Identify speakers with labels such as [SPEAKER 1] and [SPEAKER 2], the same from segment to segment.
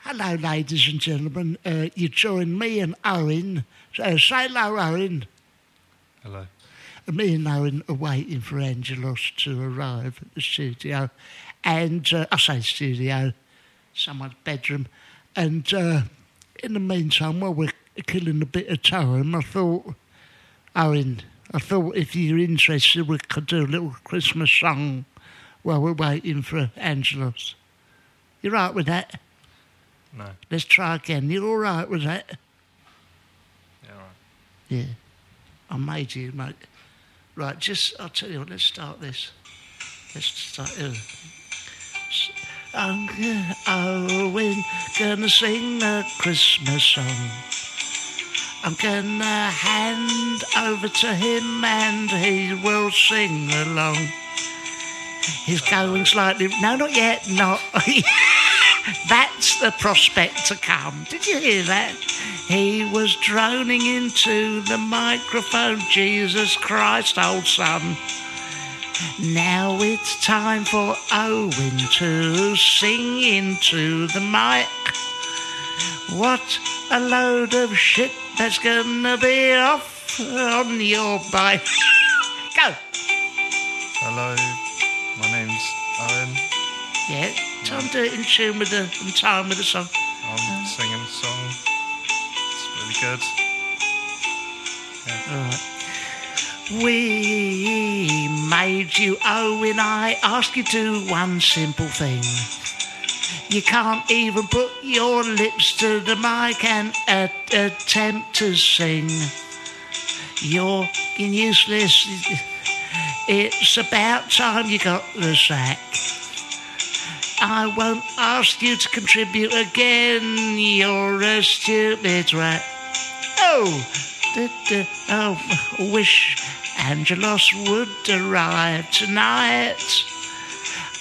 [SPEAKER 1] Hello, ladies and gentlemen. Uh, you join me and Owen. Uh, say hello, Owen.
[SPEAKER 2] Hello.
[SPEAKER 1] Me and Owen are waiting for Angelos to arrive at the studio. And uh, I say studio, someone's bedroom. And uh, in the meantime, while we're killing a bit of time, I thought, Owen, I thought if you're interested, we could do a little Christmas song while we're waiting for Angelos. You're right with that?
[SPEAKER 2] No.
[SPEAKER 1] Let's try again. You're all right with that?
[SPEAKER 2] Yeah, all right.
[SPEAKER 1] Yeah. I made you, mate. Right, just, I'll tell you what, let's start this. Let's start here. S- I'm gonna, Owen, gonna sing a Christmas song. I'm gonna hand over to him and he will sing along. He's going slightly, no, not yet, not. That's the prospect to come. Did you hear that? He was droning into the microphone, Jesus Christ, old son. Now it's time for Owen to sing into the mic. What a load of shit that's gonna be off on your bike. Go!
[SPEAKER 2] Hello. My name's Owen.
[SPEAKER 1] Yeah, time to it in tune with the in time with the song.
[SPEAKER 2] I'm singing a song. It's really good.
[SPEAKER 1] We made you Owen. I asked you to do one simple thing. You can't even put your lips to the mic and a- attempt to sing. You're fucking useless. It's about time you got the sack. I won't ask you to contribute again. You're a stupid rat. Oh, d- d- oh, wish Angelos would arrive tonight.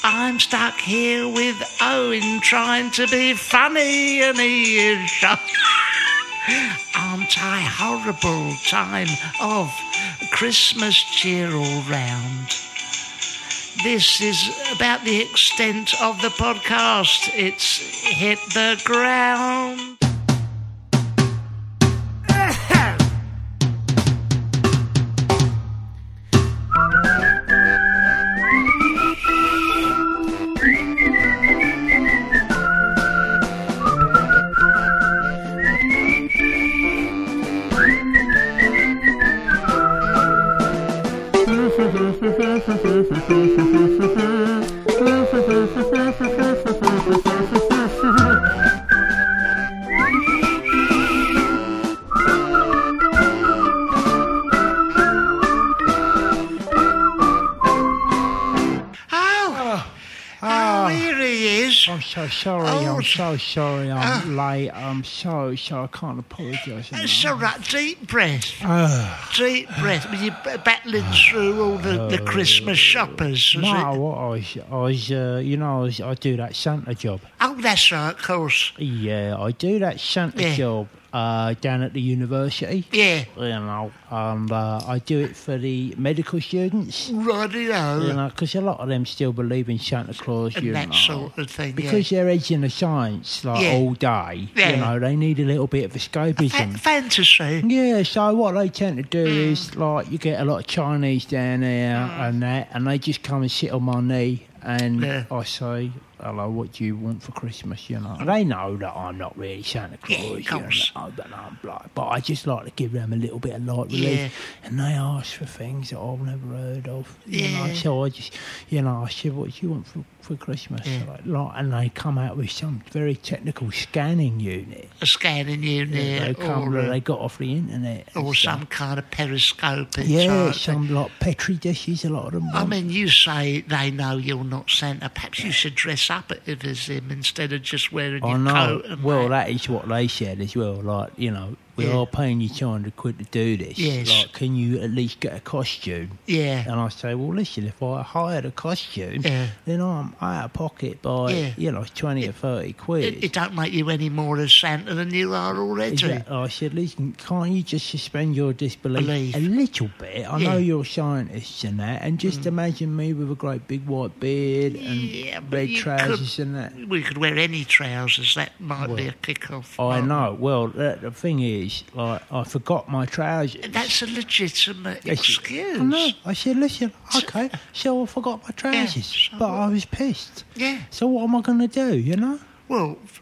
[SPEAKER 1] I'm stuck here with Owen trying to be funny and he is shy. Aren't I horrible time of Christmas cheer all round? This is about the extent of the podcast. It's hit the ground. Oh, oh, here he is.
[SPEAKER 3] I'm so sorry.
[SPEAKER 1] Oh. ah.
[SPEAKER 3] I'm so sorry. I'm late. I'm so sorry. I can't apologise.
[SPEAKER 1] It's all
[SPEAKER 3] enough.
[SPEAKER 1] right. Deep breath. Deep breath. Well, You're b- battling through all the,
[SPEAKER 3] Oh.
[SPEAKER 1] the Christmas shoppers, was
[SPEAKER 3] No,
[SPEAKER 1] it?
[SPEAKER 3] what I was, I was uh, you know, I, was, I do that Santa job.
[SPEAKER 1] Oh, that's right, of course.
[SPEAKER 3] Yeah, I do that Santa
[SPEAKER 1] Yeah.
[SPEAKER 3] job uh, down at the university.
[SPEAKER 1] Yeah.
[SPEAKER 3] You know, and uh, I do it for the medical students. You
[SPEAKER 1] Radio.
[SPEAKER 3] know, because a lot of them still believe in Santa Claus. you
[SPEAKER 1] And that
[SPEAKER 3] know.
[SPEAKER 1] sort of thing.
[SPEAKER 3] because they're edging the science like
[SPEAKER 1] Yeah.
[SPEAKER 3] all day,
[SPEAKER 1] Yeah.
[SPEAKER 3] you know, they need a little bit of
[SPEAKER 1] yeah. Fa-
[SPEAKER 3] escapism.
[SPEAKER 1] fantasy.
[SPEAKER 3] Yeah, so what they tend to do
[SPEAKER 1] Mm.
[SPEAKER 3] is like you get a lot of Chinese down there and that, and they just come and sit on my knee and
[SPEAKER 1] Yeah.
[SPEAKER 3] I say, hello, what do you want for Christmas? You know, they know that I'm not really Santa
[SPEAKER 1] Yeah, of
[SPEAKER 3] Claus,
[SPEAKER 1] course.
[SPEAKER 3] you know, but I'm like, but I just like to give them a little bit of light relief,
[SPEAKER 1] Yeah.
[SPEAKER 3] and they ask for things that I've never heard of, you know.
[SPEAKER 1] Yeah.
[SPEAKER 3] So I just, you know, I said, what do you want for, for Christmas?
[SPEAKER 1] Yeah.
[SPEAKER 3] Like, like, and they come out with some very technical scanning unit.
[SPEAKER 1] A scanning
[SPEAKER 3] they
[SPEAKER 1] unit
[SPEAKER 3] come
[SPEAKER 1] or,
[SPEAKER 3] that
[SPEAKER 1] a-
[SPEAKER 3] they Uh, got off the internet, and
[SPEAKER 1] or
[SPEAKER 3] stuff.
[SPEAKER 1] some kind of periscope.
[SPEAKER 3] Yeah,
[SPEAKER 1] type thing.
[SPEAKER 3] some like petri dishes. A lot of them.
[SPEAKER 1] uh, I
[SPEAKER 3] want.
[SPEAKER 1] mean, you say they know you're not Santa. Perhaps you should dress up as him instead of just wearing
[SPEAKER 3] I
[SPEAKER 1] your
[SPEAKER 3] know.
[SPEAKER 1] coat. And
[SPEAKER 3] Oh, Well,
[SPEAKER 1] that.
[SPEAKER 3] that is what they said as well. Like, you know, we
[SPEAKER 1] Yeah.
[SPEAKER 3] are paying you 200 quid to do this.
[SPEAKER 1] Yes.
[SPEAKER 3] Like, can you at least get a costume?
[SPEAKER 1] yeah,
[SPEAKER 3] And I say, well, listen, if I hired a costume,
[SPEAKER 1] Yeah.
[SPEAKER 3] then I'm out of pocket by,
[SPEAKER 1] Yeah.
[SPEAKER 3] you know, 20 or 30 quid.
[SPEAKER 1] it, it don't make you any more of Santa than you are already.
[SPEAKER 3] Is that- I said, listen, can't you just suspend your disbelief
[SPEAKER 1] Belief.
[SPEAKER 3] a little bit? I know
[SPEAKER 1] Yeah. Mm.
[SPEAKER 3] you're scientists and that, and just imagine me with a great big white beard and
[SPEAKER 1] Yeah, but
[SPEAKER 3] red
[SPEAKER 1] you could-
[SPEAKER 3] trousers and that.
[SPEAKER 1] We could wear any trousers. That might be a kick-off.
[SPEAKER 3] I
[SPEAKER 1] Um,
[SPEAKER 3] know. Well, the, the thing is, like, I forgot my trousers.
[SPEAKER 1] That's a legitimate
[SPEAKER 3] Yes, you-
[SPEAKER 1] excuse.
[SPEAKER 3] I know. I said, listen, okay, so I forgot my trousers,
[SPEAKER 1] so
[SPEAKER 3] but I was pissed.
[SPEAKER 1] Yeah.
[SPEAKER 3] So what am I going to do, you know?
[SPEAKER 1] Well, f-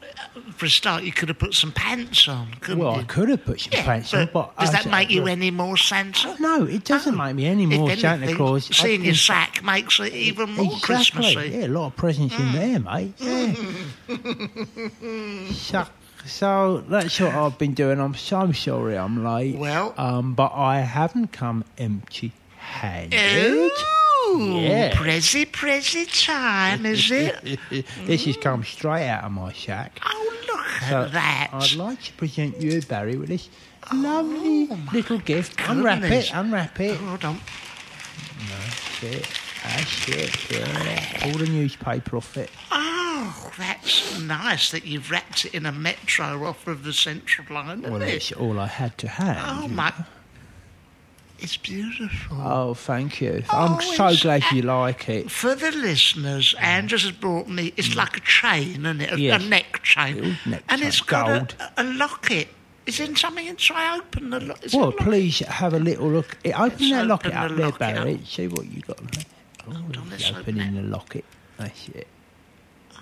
[SPEAKER 1] for a start, you could have put some pants on, couldn't
[SPEAKER 3] Well,
[SPEAKER 1] you?
[SPEAKER 3] I could have put some
[SPEAKER 1] Mm, Yeah,
[SPEAKER 3] pants on, but...
[SPEAKER 1] does
[SPEAKER 3] I
[SPEAKER 1] that
[SPEAKER 3] said,
[SPEAKER 1] make you
[SPEAKER 3] "Look,
[SPEAKER 1] any more Santa?
[SPEAKER 3] No, it doesn't make me any more
[SPEAKER 1] if
[SPEAKER 3] Santa
[SPEAKER 1] anything,
[SPEAKER 3] Claus. I
[SPEAKER 1] Seeing your
[SPEAKER 3] think-
[SPEAKER 1] sack makes it even more
[SPEAKER 3] exactly.
[SPEAKER 1] Christmassy.
[SPEAKER 3] Yeah, a lot of presents
[SPEAKER 1] Mm.
[SPEAKER 3] in there, mate. Yeah. so, so that's what I've been doing. I'm so sorry I'm late.
[SPEAKER 1] Well-
[SPEAKER 3] um, but I haven't come empty-handed.
[SPEAKER 1] Oh,
[SPEAKER 3] Yeah.
[SPEAKER 1] Prezi Prezi time, is it?
[SPEAKER 3] this has come straight out of my shack.
[SPEAKER 1] oh, look
[SPEAKER 3] So
[SPEAKER 1] at that.
[SPEAKER 3] I'd like to present you, Barry, with this lovely little gift. Unwrap
[SPEAKER 1] Oh, goodness.
[SPEAKER 3] it, unwrap it.
[SPEAKER 1] Hold on.
[SPEAKER 3] That's it. That's it. Yeah. Pull the newspaper off it.
[SPEAKER 1] Oh, that's nice that you've wrapped it in a metro off of the central line, isn't
[SPEAKER 3] Well,
[SPEAKER 1] it?
[SPEAKER 3] it's all I had to
[SPEAKER 1] Oh,
[SPEAKER 3] have.
[SPEAKER 1] my. It's beautiful.
[SPEAKER 3] Oh, thank you.
[SPEAKER 1] Oh,
[SPEAKER 3] I'm so
[SPEAKER 1] it's
[SPEAKER 3] glad you like it.
[SPEAKER 1] For the listeners, Andrews has brought me. It's like a chain, isn't it? A,
[SPEAKER 3] Mm. Yes.
[SPEAKER 1] a neck chain,
[SPEAKER 3] Little neck
[SPEAKER 1] and
[SPEAKER 3] chain.
[SPEAKER 1] it's got
[SPEAKER 3] Gold.
[SPEAKER 1] A, a locket. Is in something inside? I open the. Lo- is it
[SPEAKER 3] Well,
[SPEAKER 1] locket?
[SPEAKER 3] please have a little look. eh, Open that
[SPEAKER 1] open
[SPEAKER 3] locket
[SPEAKER 1] the
[SPEAKER 3] up there,
[SPEAKER 1] locket up.
[SPEAKER 3] Barry. See what you got. there. Oh,
[SPEAKER 1] on,
[SPEAKER 3] he's
[SPEAKER 1] let's open
[SPEAKER 3] opening the locket. That's it.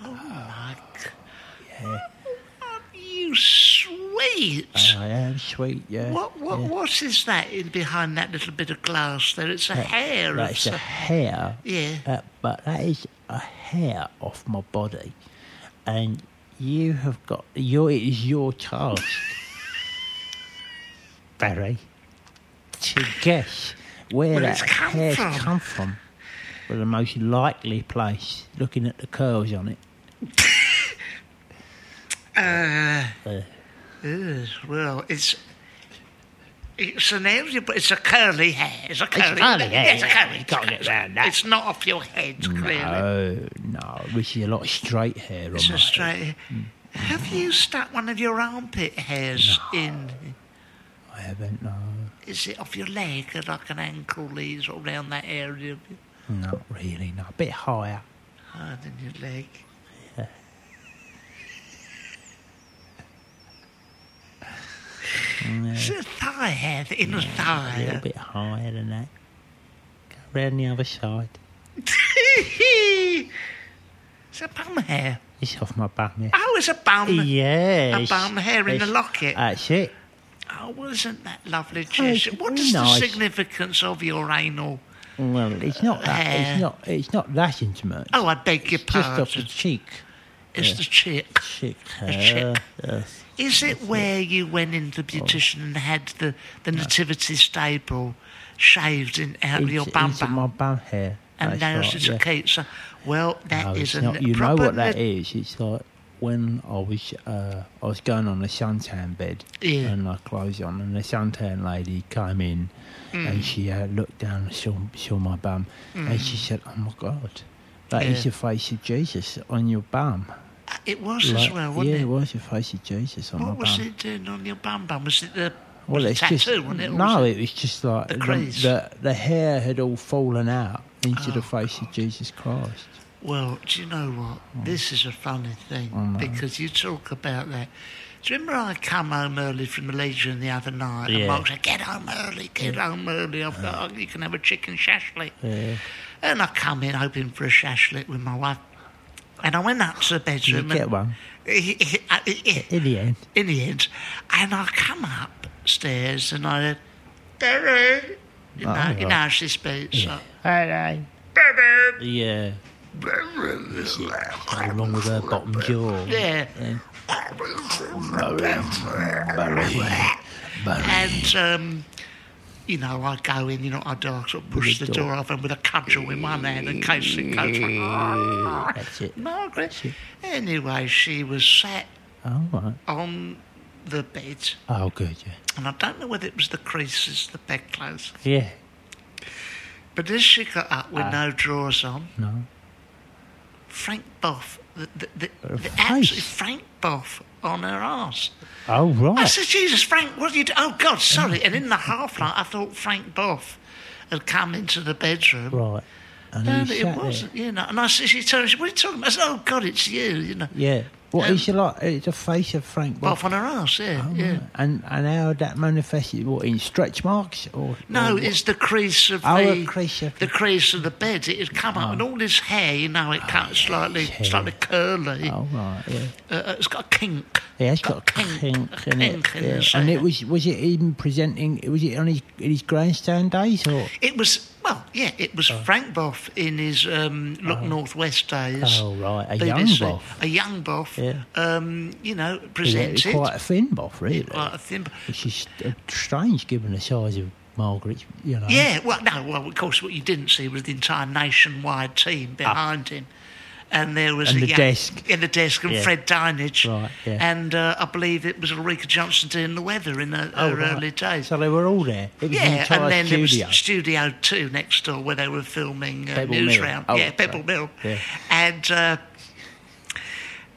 [SPEAKER 1] Like, oh, aren't you sweet?
[SPEAKER 3] And I am sweet, yeah.
[SPEAKER 1] what what
[SPEAKER 3] yeah.
[SPEAKER 1] what is that in behind that little bit of glass there? It's a hair. of
[SPEAKER 3] That's a
[SPEAKER 1] some-
[SPEAKER 3] hair.
[SPEAKER 1] Yeah.
[SPEAKER 3] Uh, but that is a hair off my body, and you have got your. It is your task, Barry, to guess where
[SPEAKER 1] Where it's
[SPEAKER 3] that
[SPEAKER 1] come
[SPEAKER 3] hair's
[SPEAKER 1] from.
[SPEAKER 3] come from. Well, the most likely place, looking at the curls on it.
[SPEAKER 1] Ugh, well, it's. It's an area, but it's a curly hair. It's a curly,
[SPEAKER 3] curly hair,
[SPEAKER 1] It's a
[SPEAKER 3] yeah.
[SPEAKER 1] curly.
[SPEAKER 3] You can't get round that.
[SPEAKER 1] It's not off your head, clearly.
[SPEAKER 3] Oh no, which is a lot of straight hair on
[SPEAKER 1] It's
[SPEAKER 3] my
[SPEAKER 1] a straight.
[SPEAKER 3] Mm.
[SPEAKER 1] Have you stuck one of your armpit hairs in?
[SPEAKER 3] head. I haven't. No,
[SPEAKER 1] Is it off your leg, or like an ankle, leaves or around that area? of your-
[SPEAKER 3] not really. No, a bit higher.
[SPEAKER 1] Higher than your leg. Is it a thigh hair, the inner
[SPEAKER 3] A little
[SPEAKER 1] thigh?
[SPEAKER 3] bit higher than that. Go round the other side.
[SPEAKER 1] it's a bum hair.
[SPEAKER 3] It's off my bum,
[SPEAKER 1] Oh, it's a bum.
[SPEAKER 3] yeah. Yes.
[SPEAKER 1] A bum hair in the
[SPEAKER 3] It's-
[SPEAKER 1] locket.
[SPEAKER 3] That's it.
[SPEAKER 1] Oh, wasn't that lovely, Jess?
[SPEAKER 3] Oh, it's
[SPEAKER 1] What
[SPEAKER 3] very
[SPEAKER 1] is
[SPEAKER 3] nice.
[SPEAKER 1] the significance of your anal?
[SPEAKER 3] Well, it's not that.
[SPEAKER 1] Hair.
[SPEAKER 3] It's not. It's not that intimate.
[SPEAKER 1] Oh, I beg your
[SPEAKER 3] it's just
[SPEAKER 1] pardon.
[SPEAKER 3] off the cheek.
[SPEAKER 1] It's the chip.
[SPEAKER 3] Cheek
[SPEAKER 1] cheek.
[SPEAKER 3] hair. Yes.
[SPEAKER 1] Is it where you went into
[SPEAKER 3] Oh.
[SPEAKER 1] the beautician and had the, the nativity stable shaved in, out of
[SPEAKER 3] Into-
[SPEAKER 1] your bum
[SPEAKER 3] into
[SPEAKER 1] bum?
[SPEAKER 3] my bum hair.
[SPEAKER 1] and
[SPEAKER 3] That's
[SPEAKER 1] now
[SPEAKER 3] right,
[SPEAKER 1] it's
[SPEAKER 3] yeah.
[SPEAKER 1] a cancer. Well,
[SPEAKER 3] No,
[SPEAKER 1] that
[SPEAKER 3] it's
[SPEAKER 1] is a
[SPEAKER 3] not. You know
[SPEAKER 1] proper
[SPEAKER 3] what
[SPEAKER 1] nat-
[SPEAKER 3] that is? It's like when I was uh, I was going on a suntan bed
[SPEAKER 1] Yeah.
[SPEAKER 3] and I clothes on, and the suntan lady came in
[SPEAKER 1] Mm.
[SPEAKER 3] and she uh, looked down and saw, saw my bum, and she said, "Oh my God, that is
[SPEAKER 1] Mm. Yeah.
[SPEAKER 3] the face of Jesus on your bum."
[SPEAKER 1] It was as
[SPEAKER 3] Like,
[SPEAKER 1] well, wasn't
[SPEAKER 3] yeah,
[SPEAKER 1] it?
[SPEAKER 3] was the face of Jesus on my
[SPEAKER 1] What was
[SPEAKER 3] bum.
[SPEAKER 1] it doing on your bum bum? Was it the
[SPEAKER 3] Well, it's
[SPEAKER 1] tattoo?
[SPEAKER 3] just
[SPEAKER 1] wasn't it? Or
[SPEAKER 3] no.
[SPEAKER 1] was
[SPEAKER 3] It was just like
[SPEAKER 1] The
[SPEAKER 3] the,
[SPEAKER 1] crease? Oh,
[SPEAKER 3] the the hair had all fallen out into the face of Jesus Christ.
[SPEAKER 1] Well, do you know what?
[SPEAKER 3] Mm.
[SPEAKER 1] This is a funny thing because you talk about that. Do you remember I come home early from the Legion the other night and
[SPEAKER 3] Yeah.
[SPEAKER 1] Mark said, Get home early, get home early. I've got, you can have a chicken shashlik. And I come in hoping for a shashlik with my wife. And I went up to the
[SPEAKER 3] you
[SPEAKER 1] bedroom.
[SPEAKER 3] get one
[SPEAKER 1] and-
[SPEAKER 3] in the end?
[SPEAKER 1] in the end. And I come upstairs and I Barry. You know,
[SPEAKER 3] Oh,
[SPEAKER 1] you know
[SPEAKER 3] right.
[SPEAKER 1] how she speaks. like,
[SPEAKER 3] Hello. Yeah. Something wrong with her bottom jaw.
[SPEAKER 1] yeah. And, um, you know, I go in, you know what I do? I sort of push the,
[SPEAKER 3] the
[SPEAKER 1] door.
[SPEAKER 3] door.
[SPEAKER 1] open with a cudgel in one hand in case it goes. "Ah,
[SPEAKER 3] That's it.
[SPEAKER 1] Margaret. Anyway, she was sat
[SPEAKER 3] All right.
[SPEAKER 1] on the bed,
[SPEAKER 3] Oh, good. Yeah.
[SPEAKER 1] and I don't know whether it was the creases, the bedclothes,
[SPEAKER 3] Yeah.
[SPEAKER 1] but as she got up with no drawers on,
[SPEAKER 3] Ah. No.
[SPEAKER 1] Frank Boff, the, the, the,
[SPEAKER 3] Her
[SPEAKER 1] the
[SPEAKER 3] face.
[SPEAKER 1] absolute Frank Boff on her arse.
[SPEAKER 3] Oh,
[SPEAKER 1] I
[SPEAKER 3] right.
[SPEAKER 1] said, Jesus, Frank, what are you do? Oh, God, sorry. And in the half light, I thought Frank Boff had come into the bedroom.
[SPEAKER 3] Right. And
[SPEAKER 1] No,
[SPEAKER 3] he
[SPEAKER 1] but
[SPEAKER 3] sat
[SPEAKER 1] it
[SPEAKER 3] there.
[SPEAKER 1] wasn't, you know. And I said, she told me, she said, what are you talking about? I said, oh, God, it's you, you know.
[SPEAKER 3] Yeah. What
[SPEAKER 1] Um,
[SPEAKER 3] is she like? It's a face of Frank
[SPEAKER 1] Boff
[SPEAKER 3] Boff.
[SPEAKER 1] on her arse, yeah,
[SPEAKER 3] Oh,
[SPEAKER 1] yeah.
[SPEAKER 3] right. And and how that manifested? What in stretch marks or
[SPEAKER 1] No,
[SPEAKER 3] or what?
[SPEAKER 1] it's the crease of
[SPEAKER 3] Oh,
[SPEAKER 1] the
[SPEAKER 3] a Oh, crease of- Oh.
[SPEAKER 1] the crease of the bed. It had come up, and all this hair, you know, it cuts slightly,
[SPEAKER 3] hair.
[SPEAKER 1] slightly curly.
[SPEAKER 3] Oh right, yeah,
[SPEAKER 1] Uh, uh, it's got a kink.
[SPEAKER 3] yeah. It's got a kink, in it,
[SPEAKER 1] kink in
[SPEAKER 3] yeah.
[SPEAKER 1] his
[SPEAKER 3] and
[SPEAKER 1] hair.
[SPEAKER 3] it was was it even presenting? Was it on his in his grandstand days or?
[SPEAKER 1] It was well, yeah. It was
[SPEAKER 3] Oh.
[SPEAKER 1] Frank Boff in his um, Look Northwest days.
[SPEAKER 3] Oh right, a young
[SPEAKER 1] BBC.
[SPEAKER 3] Boff.
[SPEAKER 1] A young Boff.
[SPEAKER 3] Yeah.
[SPEAKER 1] Um, you know,
[SPEAKER 3] It's
[SPEAKER 1] presented.
[SPEAKER 3] quite a thin Boff, really.
[SPEAKER 1] Quite a thin.
[SPEAKER 3] Which is uh, strange given the size of Margaret. You know.
[SPEAKER 1] Yeah, well, no, well, of course, what you didn't see was the entire nationwide team behind him. And there was
[SPEAKER 3] Ah. And
[SPEAKER 1] a
[SPEAKER 3] the
[SPEAKER 1] young-
[SPEAKER 3] desk.
[SPEAKER 1] In the desk, and
[SPEAKER 3] Yeah.
[SPEAKER 1] Fred Dinage.
[SPEAKER 3] Right, yeah.
[SPEAKER 1] And uh, I believe it was Ulrika Johnson doing the weather in the
[SPEAKER 3] Oh,
[SPEAKER 1] her
[SPEAKER 3] right.
[SPEAKER 1] early days.
[SPEAKER 3] So they were all there. It was an
[SPEAKER 1] yeah,
[SPEAKER 3] entire
[SPEAKER 1] and then
[SPEAKER 3] studio.
[SPEAKER 1] it was Studio 2 next door where they were filming uh,
[SPEAKER 3] Pebble
[SPEAKER 1] News
[SPEAKER 3] Mill.
[SPEAKER 1] Round.
[SPEAKER 3] Oh,
[SPEAKER 1] yeah,
[SPEAKER 3] right.
[SPEAKER 1] Pebble Mill.
[SPEAKER 3] Yeah.
[SPEAKER 1] And, uh,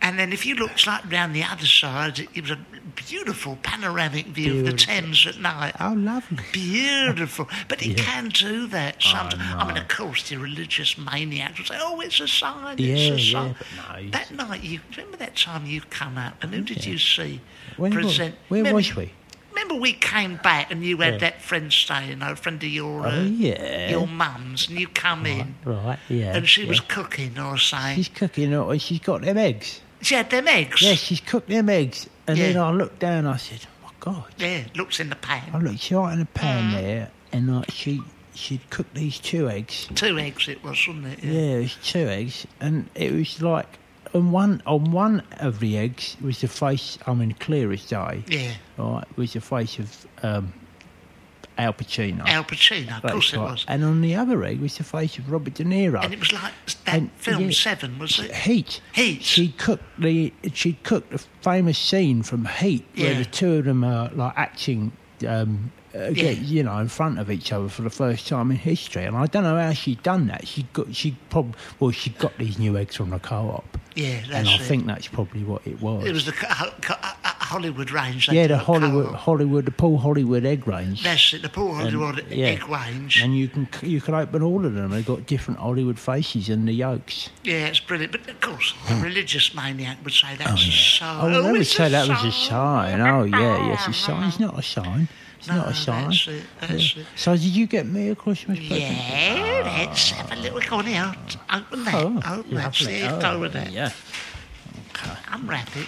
[SPEAKER 1] and then if you looked slightly round the other side, it was a beautiful panoramic view of the
[SPEAKER 3] Beautiful.
[SPEAKER 1] Thames at night
[SPEAKER 3] oh, lovely.
[SPEAKER 1] beautiful. But it
[SPEAKER 3] Yeah.
[SPEAKER 1] can do that sometimes. I mean,
[SPEAKER 3] no.
[SPEAKER 1] of course, the religious maniacs will say, "Oh, it's a sign, it's
[SPEAKER 3] Yeah,
[SPEAKER 1] a
[SPEAKER 3] yeah,
[SPEAKER 1] sign."
[SPEAKER 3] but no, it's-
[SPEAKER 1] that night, you remember that time you come out, and who did you see
[SPEAKER 3] When, wa-
[SPEAKER 1] present?
[SPEAKER 3] where
[SPEAKER 1] remember,
[SPEAKER 3] was we?
[SPEAKER 1] Remember, we came back, and you had
[SPEAKER 3] Yeah.
[SPEAKER 1] that friend staying, a friend of your,
[SPEAKER 3] Oh,
[SPEAKER 1] uh,
[SPEAKER 3] yeah.
[SPEAKER 1] your mum's, and you come in,
[SPEAKER 3] Right, yeah.
[SPEAKER 1] and she
[SPEAKER 3] yeah.
[SPEAKER 1] was cooking or saying
[SPEAKER 3] She's cooking, or she's got them eggs.
[SPEAKER 1] she had them eggs.
[SPEAKER 3] Yeah, she's cooked them eggs. And then
[SPEAKER 1] Yeah.
[SPEAKER 3] I looked down, I said, oh my God.
[SPEAKER 1] Yeah, looks in the
[SPEAKER 3] I
[SPEAKER 1] pan.
[SPEAKER 3] looked, she right in the pan
[SPEAKER 1] Mm.
[SPEAKER 3] there, and like she, she'd cooked these two eggs.
[SPEAKER 1] Two eggs it was, wasn't it?
[SPEAKER 3] Yeah, it was two eggs, and it was like, on one, on one of the eggs was the face, I mean, clear as day,
[SPEAKER 1] Yeah.
[SPEAKER 3] right, was the face of um, Al Pacino.
[SPEAKER 1] Al Pacino, of
[SPEAKER 3] That's
[SPEAKER 1] course it
[SPEAKER 3] right.
[SPEAKER 1] was.
[SPEAKER 3] And on the other egg was the face of Robert De Niro.
[SPEAKER 1] And it was like that
[SPEAKER 3] And,
[SPEAKER 1] film
[SPEAKER 3] yeah.
[SPEAKER 1] Seven, was it?
[SPEAKER 3] Heat.
[SPEAKER 1] Heat.
[SPEAKER 3] She cooked the she cooked the famous scene from Heat where
[SPEAKER 1] Yeah.
[SPEAKER 3] the two of them are like acting, um, uh,
[SPEAKER 1] Yeah.
[SPEAKER 3] you know, in front of each other for the first time in history. And I don't know how she done that. She got she probably well she got these new eggs from the co-op,
[SPEAKER 1] Yeah, that's
[SPEAKER 3] and I
[SPEAKER 1] it.
[SPEAKER 3] think that's probably what it was.
[SPEAKER 1] It was the co- ho- co- uh, uh, Hollywood range. they
[SPEAKER 3] yeah, the
[SPEAKER 1] call it, co-
[SPEAKER 3] Hollywood Hollywood the Paul Hollywood egg range.
[SPEAKER 1] That's it, the Paul Hollywood
[SPEAKER 3] And, yeah.
[SPEAKER 1] egg range.
[SPEAKER 3] and you can you can open all of them. They've got different Hollywood faces and the yolks.
[SPEAKER 1] yeah, it's brilliant. But of course, a religious maniac would say that's a
[SPEAKER 3] Hmm. Oh,
[SPEAKER 1] sign.
[SPEAKER 3] well, they would
[SPEAKER 1] it's
[SPEAKER 3] say that
[SPEAKER 1] sign.
[SPEAKER 3] was a sign. Oh, yeah, yes, a sign. It's not a sign. It's
[SPEAKER 1] No,
[SPEAKER 3] not a sign.
[SPEAKER 1] Oh, That's it. That's it.
[SPEAKER 3] So, did you get me a Christmas present?
[SPEAKER 1] Yeah, let's have a little go on here. Open that.
[SPEAKER 3] "Ah." Oh,
[SPEAKER 1] open that.
[SPEAKER 3] lovely.
[SPEAKER 1] See it.
[SPEAKER 3] Oh,
[SPEAKER 1] go with that.
[SPEAKER 3] Yeah. Oh,
[SPEAKER 1] Unwrap it.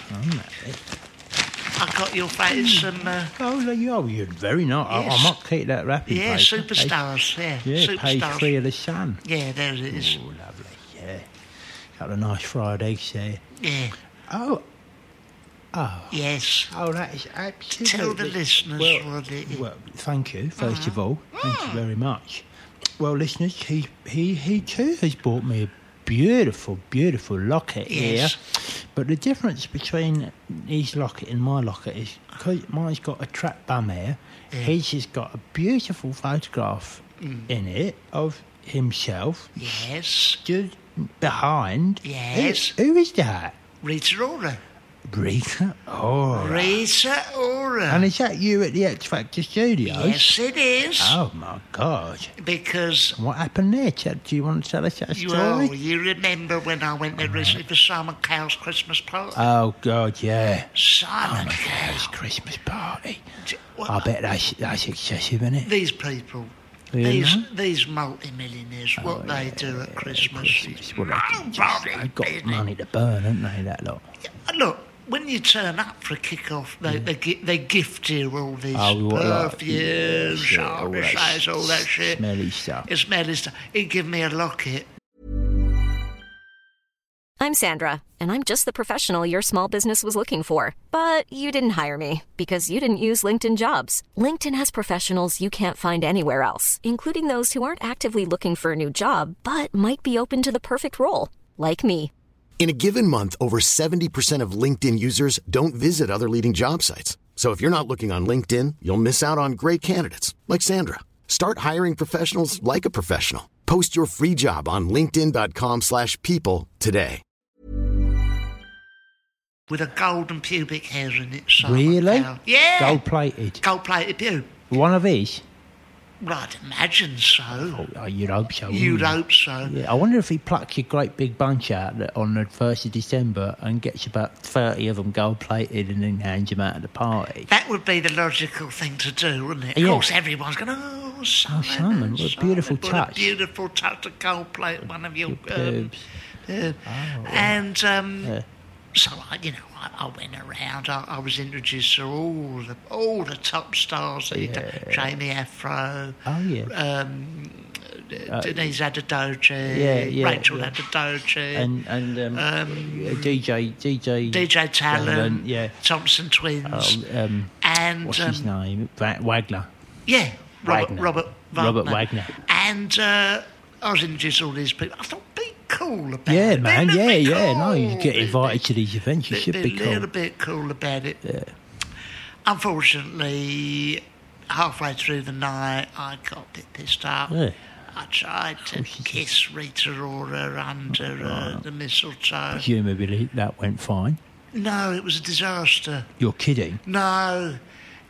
[SPEAKER 1] I got your face some. Uh,
[SPEAKER 3] Oh, look, you oh, you're very nice. I-
[SPEAKER 1] Yes.
[SPEAKER 3] I, might keep that wrapping
[SPEAKER 1] yeah,
[SPEAKER 3] paper.
[SPEAKER 1] superstars. Yeah,
[SPEAKER 3] Page, eh? yeah, page
[SPEAKER 1] superstars.
[SPEAKER 3] three of the sun.
[SPEAKER 1] Yeah, there it is.
[SPEAKER 3] Oh, lovely. Yeah. Couple of nice fried eggs there.
[SPEAKER 1] Yeah.
[SPEAKER 3] Oh,
[SPEAKER 1] Yes.
[SPEAKER 3] oh, that is absolutely.
[SPEAKER 1] listeners
[SPEAKER 3] well,
[SPEAKER 1] what it is.
[SPEAKER 3] well, thank you 1st
[SPEAKER 1] Uh-huh.
[SPEAKER 3] of all. Thank you very much. Well, listeners, he he he too has bought me a beautiful, beautiful locket
[SPEAKER 1] Yes.
[SPEAKER 3] here. But the difference between his locket and my locket is because mine's got a trap bum here. His has got a beautiful photograph
[SPEAKER 1] Mm.
[SPEAKER 3] in it of himself
[SPEAKER 1] Yes.
[SPEAKER 3] stood behind. Who-
[SPEAKER 1] Yes.
[SPEAKER 3] who is that?
[SPEAKER 1] Rita Ora.
[SPEAKER 3] Rita. Oh.
[SPEAKER 1] Rita Ora.
[SPEAKER 3] And is that you at the X Factor Studios?
[SPEAKER 1] Yes, it is.
[SPEAKER 3] Oh my God!
[SPEAKER 1] Because,
[SPEAKER 3] What happened there, Chad? Do you want to tell us that
[SPEAKER 1] you,
[SPEAKER 3] story?
[SPEAKER 1] oh, you remember when I went there recently for Simon Cowell's Christmas party?
[SPEAKER 3] Oh God, yeah.
[SPEAKER 1] Simon
[SPEAKER 3] Yeah,
[SPEAKER 1] Cowell.
[SPEAKER 3] It's Christmas party.
[SPEAKER 1] J- well,
[SPEAKER 3] I bet that's that's excessive, isn't it?
[SPEAKER 1] These people
[SPEAKER 3] You
[SPEAKER 1] These,
[SPEAKER 3] know? Oh,
[SPEAKER 1] these multi-millionaires, what they do at Christmas.
[SPEAKER 3] Christmas, well, they just, they got money to burn, haven't they? That lot.
[SPEAKER 1] Look, when you turn up for a kick-off, they, they, gi- they gift you all these
[SPEAKER 3] Oh, we want, like,
[SPEAKER 1] perfumes,
[SPEAKER 3] shit, all
[SPEAKER 1] all,
[SPEAKER 3] that
[SPEAKER 1] that all that shit.
[SPEAKER 3] Smelly stuff.
[SPEAKER 1] It's smelly stuff. He'd give me a locket.
[SPEAKER 4] I'm Sandra, and I'm just the professional your small business was looking for. But you didn't hire me because you didn't use LinkedIn jobs. LinkedIn has professionals you can't find anywhere else, including those who aren't actively looking for a new job but might be open to the perfect role, like me.
[SPEAKER 5] In a given month, over 70% of LinkedIn users don't visit other leading job sites. So if you're not looking on LinkedIn, you'll miss out on great candidates like Sandra. Start hiring professionals like a professional. Post your free job on linkedin.com/people slash people today.
[SPEAKER 1] with a golden pubic hair in it. Simon
[SPEAKER 3] Really?
[SPEAKER 1] Cowell. Yeah.
[SPEAKER 3] Gold plated.
[SPEAKER 1] Gold plated pube.
[SPEAKER 3] One of each.
[SPEAKER 1] Well, I'd imagine so.
[SPEAKER 3] Oh, mm. you'd hope so. wouldn't
[SPEAKER 1] You'd
[SPEAKER 3] you?
[SPEAKER 1] hope so.
[SPEAKER 3] Yeah, I wonder if he plucks your great big bunch out that- on the first of December and gets about thirty of them gold plated and then hands them out at the party.
[SPEAKER 1] That would be the logical thing to do, wouldn't it? Of
[SPEAKER 3] Yeah.
[SPEAKER 1] course, everyone's going, oh, Simon.
[SPEAKER 3] Simon, what a
[SPEAKER 1] Simon,
[SPEAKER 3] beautiful
[SPEAKER 1] what a
[SPEAKER 3] touch."
[SPEAKER 1] beautiful touch to gold plate one of your,
[SPEAKER 3] Your
[SPEAKER 1] um,
[SPEAKER 3] boobs.
[SPEAKER 1] And um,
[SPEAKER 3] Yeah.
[SPEAKER 1] so, I, you know, I, I went around. I, I was introduced to all the all the top stars. that you do- Jamie Afro.
[SPEAKER 3] Oh yeah.
[SPEAKER 1] Um, Denise Adadoji,
[SPEAKER 3] uh, yeah, yeah,
[SPEAKER 1] Rachel
[SPEAKER 3] yeah.
[SPEAKER 1] Adadoji,
[SPEAKER 3] and and um, DJ DJ
[SPEAKER 1] DJ Talon,
[SPEAKER 3] yeah.
[SPEAKER 1] Thompson Twins,
[SPEAKER 3] Oh, um,
[SPEAKER 1] and
[SPEAKER 3] what's
[SPEAKER 1] um,
[SPEAKER 3] his name? Va- Wagner.
[SPEAKER 1] yeah, Robert
[SPEAKER 3] Wagner.
[SPEAKER 1] Robert Wagner.
[SPEAKER 3] Robert Wagner.
[SPEAKER 1] And uh, I was introduced to all these people. I thought, be cool about
[SPEAKER 3] Yeah,
[SPEAKER 1] it. Be a
[SPEAKER 3] man.
[SPEAKER 1] little
[SPEAKER 3] Yeah,
[SPEAKER 1] bit
[SPEAKER 3] yeah. No, you
[SPEAKER 1] cool.
[SPEAKER 3] get
[SPEAKER 1] Be-
[SPEAKER 3] invited to these events. You
[SPEAKER 1] be-
[SPEAKER 3] should
[SPEAKER 1] be
[SPEAKER 3] be
[SPEAKER 1] a little
[SPEAKER 3] cool.
[SPEAKER 1] bit cool about it. Yeah. Unfortunately, halfway through the night, I got a bit pissed up.
[SPEAKER 3] Yeah.
[SPEAKER 1] I tried to kiss Rita Ora under uh, the mistletoe.
[SPEAKER 3] Presumably that went fine.
[SPEAKER 1] No, it was a disaster.
[SPEAKER 3] You're kidding.
[SPEAKER 1] No,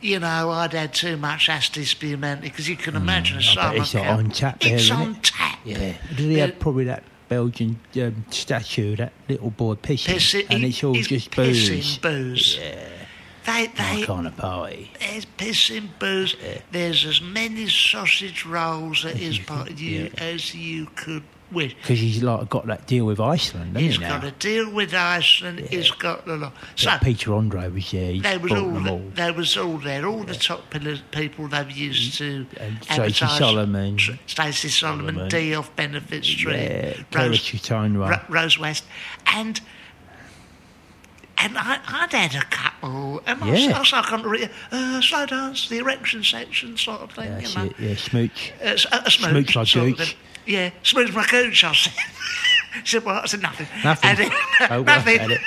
[SPEAKER 1] you know, I'd had too much Astis Spumante because you can imagine a
[SPEAKER 3] Mm, I
[SPEAKER 1] summer
[SPEAKER 3] bet it's not
[SPEAKER 1] camp.
[SPEAKER 3] on tap there,
[SPEAKER 1] It's
[SPEAKER 3] isn't
[SPEAKER 1] on
[SPEAKER 3] it?
[SPEAKER 1] tap.
[SPEAKER 3] Did he have probably that Belgian um, statue, that little boy pissing,
[SPEAKER 1] Piss it-
[SPEAKER 3] and
[SPEAKER 1] he-
[SPEAKER 3] it's all
[SPEAKER 1] he's
[SPEAKER 3] just
[SPEAKER 1] pissing
[SPEAKER 3] booze. Oh,
[SPEAKER 1] booze. They,
[SPEAKER 3] I
[SPEAKER 1] they,
[SPEAKER 3] can't party.
[SPEAKER 1] there's pissing booze. There's as many sausage rolls at his part of you as you could wish.
[SPEAKER 3] Because he's like got that deal with Iceland, hasn't
[SPEAKER 1] He's
[SPEAKER 3] he now?
[SPEAKER 1] got to deal with Iceland. He's got the lot. So
[SPEAKER 3] That Peter Andre was there. He
[SPEAKER 1] they was
[SPEAKER 3] bought
[SPEAKER 1] all,
[SPEAKER 3] them all.
[SPEAKER 1] they was all there. All the top pil- people they've used to
[SPEAKER 3] Mm. And Stacey
[SPEAKER 1] advertise-
[SPEAKER 3] Solomon.
[SPEAKER 1] Tr- Stacey Solomon,
[SPEAKER 3] Solomon.
[SPEAKER 1] D off Benefit
[SPEAKER 3] yeah,
[SPEAKER 1] Street,
[SPEAKER 3] Carlos
[SPEAKER 1] Rose,
[SPEAKER 3] Chitoinwa.
[SPEAKER 1] Ro- Rose West, and and I, I'd had a couple, and I was,
[SPEAKER 3] Yeah.
[SPEAKER 1] I was like on the re- uh, slow dance, the erection section sort of thing,
[SPEAKER 3] That's
[SPEAKER 1] you know.
[SPEAKER 3] it, yeah, smooch.
[SPEAKER 1] Uh, s- uh, a smooch,
[SPEAKER 3] Smooch my
[SPEAKER 1] sort of
[SPEAKER 3] gooch.
[SPEAKER 1] thing. Yeah, smooch my gooch, I said. said, well, I said nothing.
[SPEAKER 3] Nothing.
[SPEAKER 1] And then-
[SPEAKER 3] oh, well,
[SPEAKER 1] nothing.
[SPEAKER 3] had it.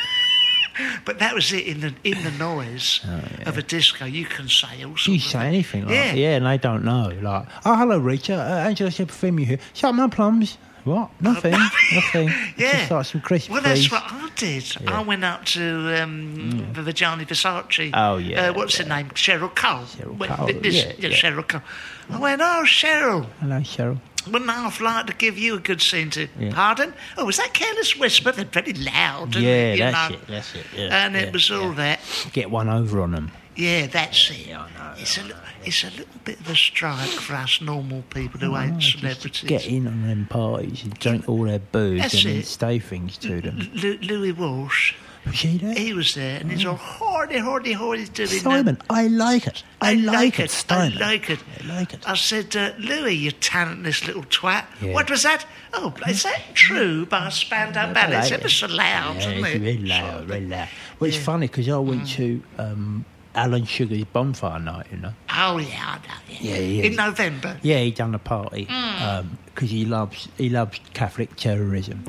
[SPEAKER 1] But that was it in the in the noise of a disco. You can say all sorts.
[SPEAKER 3] Do Oh, you
[SPEAKER 1] of
[SPEAKER 3] say
[SPEAKER 1] things.
[SPEAKER 3] anything? Like,
[SPEAKER 1] yeah.
[SPEAKER 3] yeah. and they don't know. Like, oh, hello, Rita. Uh, Angela said, perfume you here. Shut my plums. What? Nothing. nothing.
[SPEAKER 1] Yeah.
[SPEAKER 3] Just like some crisps,
[SPEAKER 1] Well, that's
[SPEAKER 3] please. Mm.
[SPEAKER 1] what I did. I went up to um, the Gianni Versace.
[SPEAKER 3] Oh, yeah,
[SPEAKER 1] Uh, what's her name? Cheryl Cole.
[SPEAKER 3] Cheryl
[SPEAKER 1] Well,
[SPEAKER 3] Cole,
[SPEAKER 1] th- this-
[SPEAKER 3] yeah, yeah.
[SPEAKER 1] Cheryl Cole. I went, oh, Cheryl,
[SPEAKER 3] Hello, Cheryl.
[SPEAKER 1] wouldn't I half like to give you a good scene to?
[SPEAKER 3] Yeah.
[SPEAKER 1] Pardon? Oh, was that Careless Whisper? They're very loud. and,
[SPEAKER 3] Yeah,
[SPEAKER 1] you
[SPEAKER 3] that's
[SPEAKER 1] know,
[SPEAKER 3] it. That's it. Yeah,
[SPEAKER 1] And it
[SPEAKER 3] yeah,
[SPEAKER 1] was all that.
[SPEAKER 3] Get one over on them.
[SPEAKER 1] Yeah, that's it. it's, a, li- it's a little bit of a strike for us normal people who ain't celebrities.
[SPEAKER 3] Oh, Get in on them parties and drink all their booze
[SPEAKER 1] That's
[SPEAKER 3] and then
[SPEAKER 1] it.
[SPEAKER 3] stay things to them.
[SPEAKER 1] Lu- Louis Walsh,
[SPEAKER 3] You see that?
[SPEAKER 1] he was there, and he's all horny, horny, horny doing that.
[SPEAKER 3] Mm. Simon, I like it. I, like, it, Simon.
[SPEAKER 1] I like it.
[SPEAKER 3] I like it.
[SPEAKER 1] I said, uh, Louis, you talentless little twat.
[SPEAKER 3] Yeah. Mm.
[SPEAKER 1] What was that? Oh, is that true by Spandau Ballet? It's ever so loud,
[SPEAKER 3] yeah,
[SPEAKER 1] isn't
[SPEAKER 3] it's
[SPEAKER 1] it? Mm.
[SPEAKER 3] Really
[SPEAKER 1] Sort
[SPEAKER 3] loud,
[SPEAKER 1] of
[SPEAKER 3] really
[SPEAKER 1] thing.
[SPEAKER 3] loud. Well, it's funny because I went to um, Alan Sugar's bonfire night, you know.
[SPEAKER 1] Oh, yeah, I know.
[SPEAKER 3] Yeah, yeah.
[SPEAKER 1] In November.
[SPEAKER 3] Yeah, he done a party
[SPEAKER 1] Mm.
[SPEAKER 3] because he loves he loves Catholic terrorism.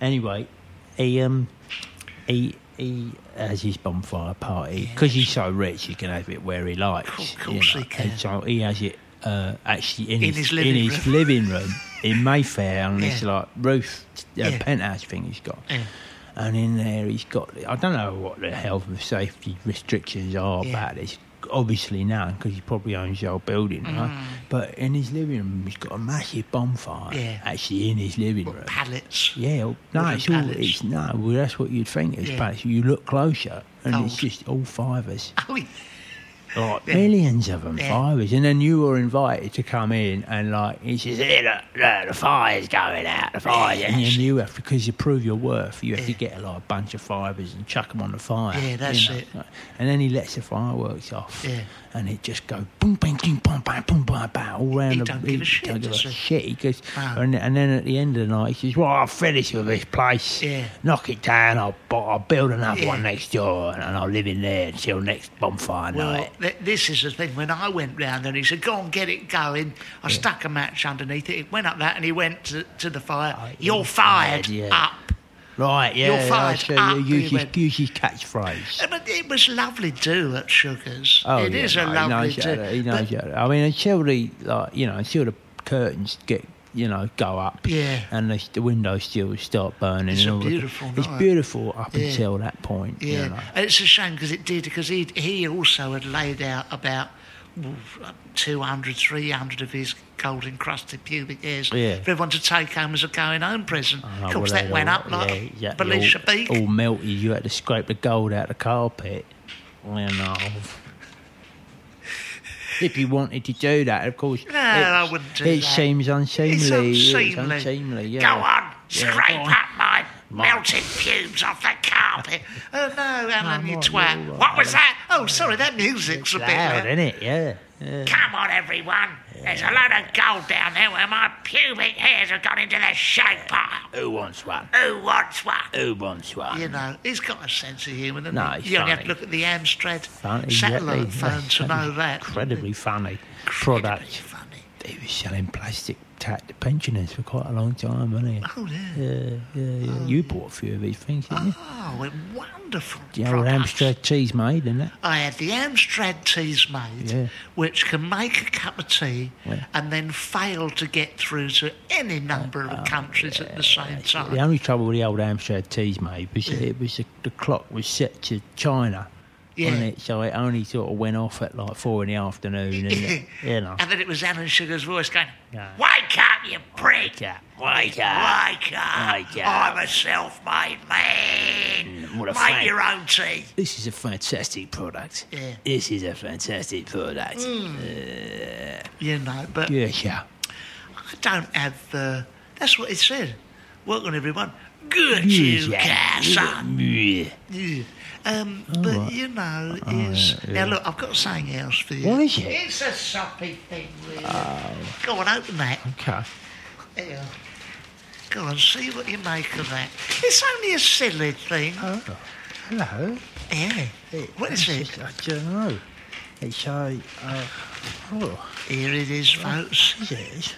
[SPEAKER 3] Anyway, he um he he has his bonfire party because he's so rich he can have it where he likes.
[SPEAKER 1] Of
[SPEAKER 3] you
[SPEAKER 1] course he can.
[SPEAKER 3] And so he has it uh, actually in,
[SPEAKER 1] In
[SPEAKER 3] his,
[SPEAKER 1] his living
[SPEAKER 3] in his
[SPEAKER 1] room.
[SPEAKER 3] living room in Mayfair on this
[SPEAKER 1] Yeah.
[SPEAKER 3] like roof uh,
[SPEAKER 1] Yeah.
[SPEAKER 3] penthouse thing he's got.
[SPEAKER 1] Yeah.
[SPEAKER 3] And in there, he's got. I don't know what the health and safety restrictions are
[SPEAKER 1] Yeah.
[SPEAKER 3] about this. Obviously, now because he probably owns the old building,
[SPEAKER 1] Mm.
[SPEAKER 3] right? But in his living room, he's got a massive bonfire.
[SPEAKER 1] Yeah.
[SPEAKER 3] Actually, in his living room.
[SPEAKER 1] Pallets.
[SPEAKER 3] Yeah, well, no,
[SPEAKER 1] Wooden
[SPEAKER 3] it's all.
[SPEAKER 1] pallets.
[SPEAKER 3] It's no. Well, that's what you'd think. It's
[SPEAKER 1] Yeah.
[SPEAKER 3] pallets. You look closer, and
[SPEAKER 1] Cold.
[SPEAKER 3] it's just all five of us.
[SPEAKER 1] Oh, yeah.
[SPEAKER 3] like millions of them fires, and then you were invited to come in, and like he says, "Here, look, look, the fire's going out, the fire's," and then you have because you prove your worth, you have to get a like, bunch of fibres and chuck them on the fire.
[SPEAKER 1] Yeah,
[SPEAKER 3] you
[SPEAKER 1] that's
[SPEAKER 3] know,
[SPEAKER 1] it.
[SPEAKER 3] like- And then he lets the fireworks off,
[SPEAKER 1] Yeah.
[SPEAKER 3] and it just go boom, bang, ding, bang, bang, boom, bang, bang, all round.
[SPEAKER 1] He
[SPEAKER 3] the,
[SPEAKER 1] don't give a shit,
[SPEAKER 3] don't give
[SPEAKER 1] does
[SPEAKER 3] a
[SPEAKER 1] he?
[SPEAKER 3] shit. He goes,
[SPEAKER 1] No.
[SPEAKER 3] and, and then at the end of the night, he says, "Well, I'll finish with this place.
[SPEAKER 1] Yeah.
[SPEAKER 3] Knock it down. I'll, bu- I'll build another
[SPEAKER 1] Yeah.
[SPEAKER 3] one next door, and, and I'll live in there until next bonfire
[SPEAKER 1] Well,
[SPEAKER 3] night."
[SPEAKER 1] th- this is the thing. When I went round and he said, "Go on, get it going," I stuck a match underneath it. It went up that, and he went to, to the fire.
[SPEAKER 3] Oh,
[SPEAKER 1] You're fired.
[SPEAKER 3] fired, yeah.
[SPEAKER 1] Up.
[SPEAKER 3] Right, yeah,
[SPEAKER 1] You're
[SPEAKER 3] yeah,
[SPEAKER 1] fired
[SPEAKER 3] so
[SPEAKER 1] up,
[SPEAKER 3] you use
[SPEAKER 1] he
[SPEAKER 3] his,
[SPEAKER 1] went.
[SPEAKER 3] use his catchphrase.
[SPEAKER 1] Uh, But it was lovely too at Sugars.
[SPEAKER 3] Oh,
[SPEAKER 1] It
[SPEAKER 3] yeah,
[SPEAKER 1] is
[SPEAKER 3] no,
[SPEAKER 1] a
[SPEAKER 3] he
[SPEAKER 1] lovely
[SPEAKER 3] knows how
[SPEAKER 1] too.
[SPEAKER 3] to- He
[SPEAKER 1] But-
[SPEAKER 3] knows how to- I mean, until the like, you know, until the curtains get you know go up,
[SPEAKER 1] Yeah.
[SPEAKER 3] and the, the windows still start burning.
[SPEAKER 1] It's
[SPEAKER 3] and
[SPEAKER 1] a
[SPEAKER 3] all the-
[SPEAKER 1] beautiful
[SPEAKER 3] It's
[SPEAKER 1] night.
[SPEAKER 3] beautiful up
[SPEAKER 1] Yeah.
[SPEAKER 3] until that point. you
[SPEAKER 1] Yeah,
[SPEAKER 3] know.
[SPEAKER 1] And it's a shame because it did because he he also had laid out about mm, 200, 300 of his gold encrusted pubic hairs
[SPEAKER 3] Yeah.
[SPEAKER 1] for everyone to take home as a going home present.
[SPEAKER 3] Oh,
[SPEAKER 1] of course,
[SPEAKER 3] well,
[SPEAKER 1] that
[SPEAKER 3] they
[SPEAKER 1] went
[SPEAKER 3] all-
[SPEAKER 1] up like
[SPEAKER 3] yeah,
[SPEAKER 1] a
[SPEAKER 3] exactly,
[SPEAKER 1] Belisha
[SPEAKER 3] all,
[SPEAKER 1] beak.
[SPEAKER 3] All melted. You had to scrape the gold out of the carpet. You know. If you wanted to do that, of course.
[SPEAKER 1] No,
[SPEAKER 3] it's-
[SPEAKER 1] I wouldn't do
[SPEAKER 3] It
[SPEAKER 1] that.
[SPEAKER 3] seems unseemly.
[SPEAKER 1] it's unseemly.
[SPEAKER 3] It's unseemly, yeah.
[SPEAKER 1] Go on,
[SPEAKER 3] Yeah,
[SPEAKER 1] scrape
[SPEAKER 3] go on.
[SPEAKER 1] up my melted pubes off the carpet. Oh no, Alan,
[SPEAKER 3] I'm
[SPEAKER 1] you
[SPEAKER 3] all
[SPEAKER 1] twat.
[SPEAKER 3] right,
[SPEAKER 1] What was
[SPEAKER 3] Alan.
[SPEAKER 1] that? Oh, sorry, that music's a bit
[SPEAKER 3] Loud,
[SPEAKER 1] loud.
[SPEAKER 3] isn't it? Yeah. yeah.
[SPEAKER 1] Come on, everyone. There's a load of gold down there where my pubic hairs have gone into the shag pile.
[SPEAKER 3] Who wants one?
[SPEAKER 1] Who wants one?
[SPEAKER 3] Who wants one?
[SPEAKER 1] You know, he's got a sense of humour, doesn't
[SPEAKER 3] No,
[SPEAKER 1] he?
[SPEAKER 3] he's
[SPEAKER 1] You only have to
[SPEAKER 3] funny.
[SPEAKER 1] look at the Amstrad
[SPEAKER 3] Funny,
[SPEAKER 1] satellite
[SPEAKER 3] exactly.
[SPEAKER 1] phone to know that.
[SPEAKER 3] Incredibly funny
[SPEAKER 1] It's
[SPEAKER 3] product.
[SPEAKER 1] funny.
[SPEAKER 3] He was selling plastic tack to pensioners for quite a long time, wasn't he?
[SPEAKER 1] Oh, yeah.
[SPEAKER 3] Yeah, yeah, yeah. you bought a few of these things, didn't you?
[SPEAKER 1] Oh, we're wonderful.
[SPEAKER 3] The old
[SPEAKER 1] products.
[SPEAKER 3] Amstrad cheese made, isn't it?
[SPEAKER 1] I had the Amstrad teas made,
[SPEAKER 3] Yeah.
[SPEAKER 1] which can make a cup of tea
[SPEAKER 3] Yeah.
[SPEAKER 1] and then fail to get through to any number
[SPEAKER 3] Oh,
[SPEAKER 1] of countries at the same time.
[SPEAKER 3] The only trouble with the old Amstrad teas made was it was the, the clock was set to China.
[SPEAKER 1] Yeah.
[SPEAKER 3] wasn't it? So it only sort of went off at like four in the afternoon, and it, you know.
[SPEAKER 1] And then it was Alan Sugar's voice going,
[SPEAKER 3] Yeah. Oh,
[SPEAKER 1] Wake up, you prick!
[SPEAKER 3] Wake up.
[SPEAKER 1] Wake up! Wake up!
[SPEAKER 3] Wake up. Mm,
[SPEAKER 1] I'm a self made man!
[SPEAKER 3] what a
[SPEAKER 1] Make
[SPEAKER 3] fag.
[SPEAKER 1] your own tea!
[SPEAKER 3] This is a fantastic product.
[SPEAKER 1] Yeah. Mm.
[SPEAKER 3] This is a fantastic product.
[SPEAKER 1] You know, but
[SPEAKER 3] Yeah, yeah.
[SPEAKER 1] I don't have. Uh, that's what it said. Work on everyone. Good you, Casson.
[SPEAKER 3] Yeah.
[SPEAKER 1] Yeah. Um, but you know, it's now look. I've got something else for you.
[SPEAKER 3] Oh, What is it? Oh.
[SPEAKER 1] It's a soppy thing. Really. Go on, open that.
[SPEAKER 3] Okay.
[SPEAKER 1] Here. Go on, see what you make of that. It's only a silly thing.
[SPEAKER 3] Hello.
[SPEAKER 1] Yeah. What is
[SPEAKER 3] It's
[SPEAKER 1] it?
[SPEAKER 3] just- I don't know. It's a. Uh, oh,
[SPEAKER 1] Here it is, folks.
[SPEAKER 3] is it?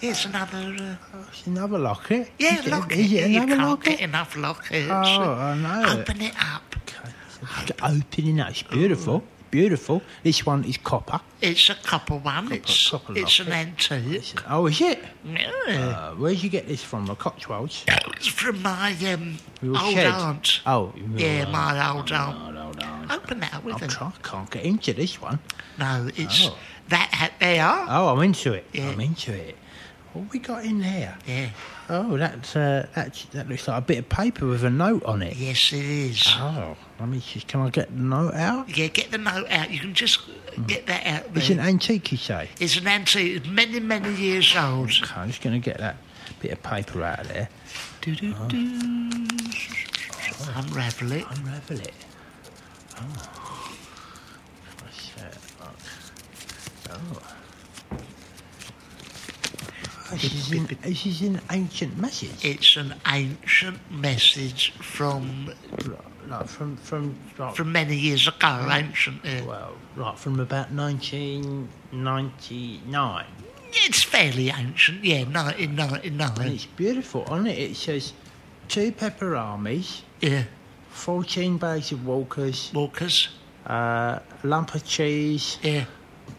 [SPEAKER 1] Here's another. Uh,
[SPEAKER 3] It's another locket.
[SPEAKER 1] yeah,
[SPEAKER 3] is it-
[SPEAKER 1] locket.
[SPEAKER 3] Is it
[SPEAKER 1] you
[SPEAKER 3] another
[SPEAKER 1] can't
[SPEAKER 3] locket?
[SPEAKER 1] get enough lockets.
[SPEAKER 3] Oh, I know.
[SPEAKER 1] Open it up.
[SPEAKER 3] Okay. Just opening up. It's beautiful. Beautiful. This one is copper.
[SPEAKER 1] It's a copper one. it's
[SPEAKER 3] copper
[SPEAKER 1] it's an
[SPEAKER 3] locket.
[SPEAKER 1] antique.
[SPEAKER 3] Oh, is it?
[SPEAKER 1] Yeah.
[SPEAKER 3] Uh, where'd you get this from? The Cotswolds?
[SPEAKER 1] It's from my um,
[SPEAKER 3] Your
[SPEAKER 1] old
[SPEAKER 3] shed?
[SPEAKER 1] aunt.
[SPEAKER 3] Oh,
[SPEAKER 1] yeah,
[SPEAKER 3] right.
[SPEAKER 1] my old aunt.
[SPEAKER 3] No, no.
[SPEAKER 1] Open that up with
[SPEAKER 3] I'm
[SPEAKER 1] them.
[SPEAKER 3] trying, can't get into this one.
[SPEAKER 1] No, it's
[SPEAKER 3] Oh.
[SPEAKER 1] that. Ha- they are.
[SPEAKER 3] Oh, I'm into it.
[SPEAKER 1] Yeah.
[SPEAKER 3] I'm into it. What we got in there?
[SPEAKER 1] Yeah.
[SPEAKER 3] Oh, that's, uh, that's, that looks like a bit of paper with a note on it.
[SPEAKER 1] Yes, it is.
[SPEAKER 3] Oh, let me just, can I get the note out?
[SPEAKER 1] Yeah, get the note out. You can just get that out there.
[SPEAKER 3] It's an antique, you say?
[SPEAKER 1] It's an antique. It's many, many years old.
[SPEAKER 3] Okay, I'm just going to get that bit of paper out of there.
[SPEAKER 1] Do, do, do. Unravel it.
[SPEAKER 3] Unravel it. Oh. What's that? Oh. This is, an, this is an ancient message.
[SPEAKER 1] It's an ancient message from
[SPEAKER 3] Like from, from, like,
[SPEAKER 1] from many years ago. Ancient. uh,
[SPEAKER 3] well, right, from about 1999.
[SPEAKER 1] It's fairly ancient, yeah, 1999.
[SPEAKER 3] It's beautiful, on it it says two pepper armies,
[SPEAKER 1] Yeah,
[SPEAKER 3] 14 bags of walkers,
[SPEAKER 1] Walkers.
[SPEAKER 3] uh, a lump of cheese,
[SPEAKER 1] Yeah,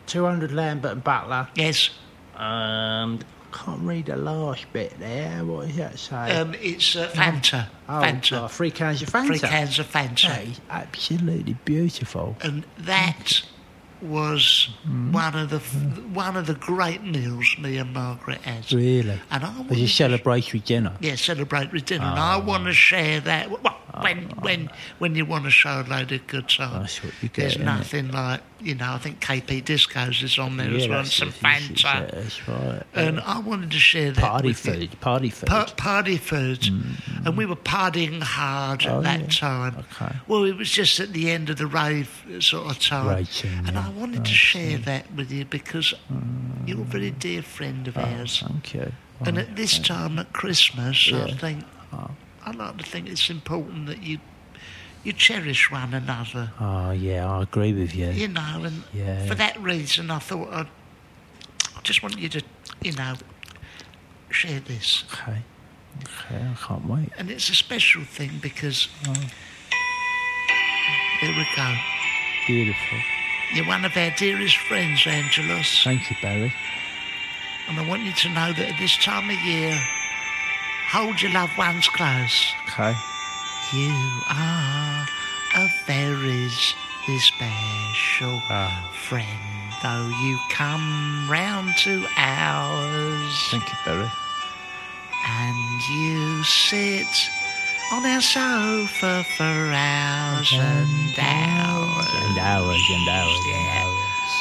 [SPEAKER 3] 200 Lambert and Butler.
[SPEAKER 1] yes.
[SPEAKER 3] Um, can't read the last bit there. What does that say?
[SPEAKER 1] Um, it's uh, Fanta.
[SPEAKER 3] oh,
[SPEAKER 1] Fanta.
[SPEAKER 3] uh, three cans of Fanta.
[SPEAKER 1] Three cans of
[SPEAKER 3] That
[SPEAKER 1] Fanta. Uh,
[SPEAKER 3] is absolutely beautiful.
[SPEAKER 1] And that was
[SPEAKER 3] Hmm.
[SPEAKER 1] one of the f- one of the great meals me and Margaret had.
[SPEAKER 3] Really.
[SPEAKER 1] And I
[SPEAKER 3] Was a
[SPEAKER 1] wanna,
[SPEAKER 3] celebratory dinner. Ah.
[SPEAKER 1] yeah, celebrate with dinner. And I want to share that. Well, when when when you want to show a load of good songs,
[SPEAKER 3] That's what you get,
[SPEAKER 1] there's
[SPEAKER 3] innit?
[SPEAKER 1] nothing like you know. I think KP Discos is on there
[SPEAKER 3] Yeah,
[SPEAKER 1] as well, and
[SPEAKER 3] that's
[SPEAKER 1] some
[SPEAKER 3] it, you should
[SPEAKER 1] Fanta.
[SPEAKER 3] say, That's right.
[SPEAKER 1] And I wanted to share that
[SPEAKER 3] Party
[SPEAKER 1] with you.
[SPEAKER 3] food, party food.
[SPEAKER 1] Pa- party food, and we were partying hard at that time.
[SPEAKER 3] Oh, Okay.
[SPEAKER 1] Well, it was just at the end of the rave uh, sort of time,
[SPEAKER 3] Right, so
[SPEAKER 1] and
[SPEAKER 3] yeah,
[SPEAKER 1] I wanted to share that with you because you're a very dear friend
[SPEAKER 3] Oh,
[SPEAKER 1] of ours.
[SPEAKER 3] Thank you.
[SPEAKER 1] And at this time at Christmas, I think
[SPEAKER 3] Oh.
[SPEAKER 1] I like to think it's important that you you cherish one another,
[SPEAKER 3] Oh, yeah, I agree with you.
[SPEAKER 1] you know. And
[SPEAKER 3] Oh, Yeah.
[SPEAKER 1] for that reason, I thought I'd, I just want you to, you know, share this.
[SPEAKER 3] Okay. Okay, I can't wait.
[SPEAKER 1] And it's a special thing because
[SPEAKER 3] Mm.
[SPEAKER 1] there we go.
[SPEAKER 3] Beautiful.
[SPEAKER 1] You're one of our dearest friends, Angelus.
[SPEAKER 3] Thank you, Barry.
[SPEAKER 1] And I want you to know that at this time of year, hold your loved ones close.
[SPEAKER 3] Okay.
[SPEAKER 1] You are a very special
[SPEAKER 3] Ah.
[SPEAKER 1] friend, though you come round to ours
[SPEAKER 3] Thank you, Barry.
[SPEAKER 1] and you sit on our sofa for hours and hours.
[SPEAKER 3] And hours and hours and hours.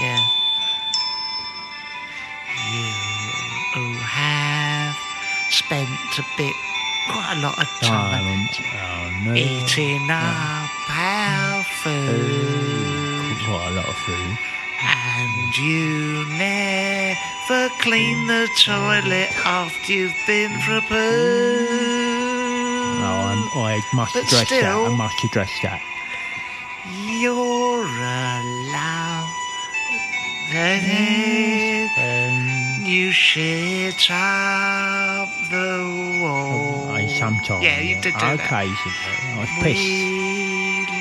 [SPEAKER 1] Yeah. You have spent a bit, quite a lot of time
[SPEAKER 3] Um, oh, no.
[SPEAKER 1] eating up our food,
[SPEAKER 3] Quite a lot of food.
[SPEAKER 1] and you never clean the toilet after you've been for a poo.
[SPEAKER 3] Oh, I'm, I must
[SPEAKER 1] But
[SPEAKER 3] address that.
[SPEAKER 1] still-
[SPEAKER 3] I must address that.
[SPEAKER 1] You're allowed.
[SPEAKER 3] Um,
[SPEAKER 1] You shit up the wall.
[SPEAKER 3] I sometimes.
[SPEAKER 1] Yeah, you did do
[SPEAKER 3] Occasionally.
[SPEAKER 1] that.
[SPEAKER 3] I was pissed.
[SPEAKER 1] We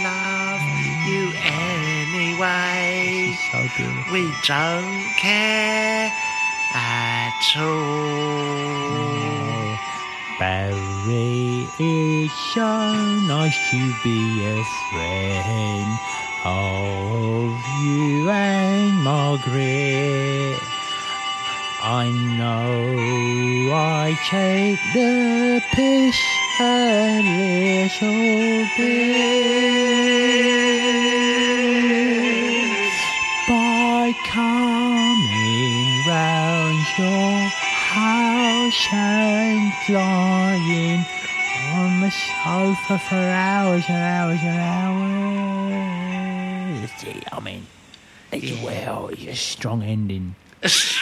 [SPEAKER 1] love you anyway.
[SPEAKER 3] It's so beautiful.
[SPEAKER 1] We don't care at all.
[SPEAKER 3] Barry, it's so nice to be a friend of you and Margaret. I know I take the piss a little bit by coming round your house and lying on the sofa for hours and hours and hours. See, I mean, it's well, it's a oh, strong ending, isn't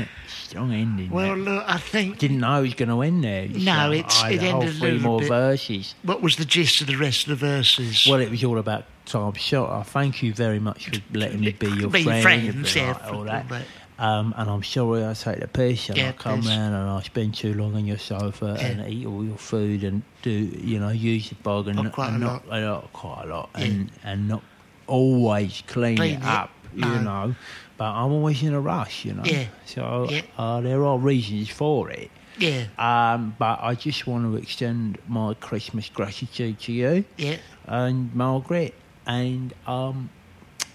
[SPEAKER 3] it? Strong ending.
[SPEAKER 1] well,
[SPEAKER 3] that.
[SPEAKER 1] look, I think.
[SPEAKER 3] didn't know it was going to end there.
[SPEAKER 1] No, it's-
[SPEAKER 3] I had
[SPEAKER 1] it
[SPEAKER 3] a whole
[SPEAKER 1] ended a
[SPEAKER 3] three
[SPEAKER 1] little
[SPEAKER 3] more
[SPEAKER 1] bit-
[SPEAKER 3] verses.
[SPEAKER 1] What was the gist of the rest of the verses?
[SPEAKER 3] Well, it was all about Tom Shot. I thank you very much for letting me be your
[SPEAKER 1] Be
[SPEAKER 3] friend.
[SPEAKER 1] friends,
[SPEAKER 3] and
[SPEAKER 1] yeah,
[SPEAKER 3] all- all
[SPEAKER 1] for-
[SPEAKER 3] that.
[SPEAKER 1] all
[SPEAKER 3] Um, and I'm sorry I take the piss and I
[SPEAKER 1] Yeah,
[SPEAKER 3] come
[SPEAKER 1] piss.
[SPEAKER 3] round and I spend too long on your sofa
[SPEAKER 1] Yeah.
[SPEAKER 3] and eat all your food and do, you know, use the bog and,
[SPEAKER 1] Oh, quite
[SPEAKER 3] and
[SPEAKER 1] a
[SPEAKER 3] not, a lot, quite a lot, and, and not always clean,
[SPEAKER 1] Clean
[SPEAKER 3] it
[SPEAKER 1] it,
[SPEAKER 3] up, you
[SPEAKER 1] no.
[SPEAKER 3] know. But I'm always in a rush, you know.
[SPEAKER 1] Yeah.
[SPEAKER 3] So
[SPEAKER 1] Yeah.
[SPEAKER 3] Uh, there are reasons for it.
[SPEAKER 1] yeah,
[SPEAKER 3] Um, but I just want to extend my Christmas gratitude to you
[SPEAKER 1] yeah.
[SPEAKER 3] and Margaret. And um,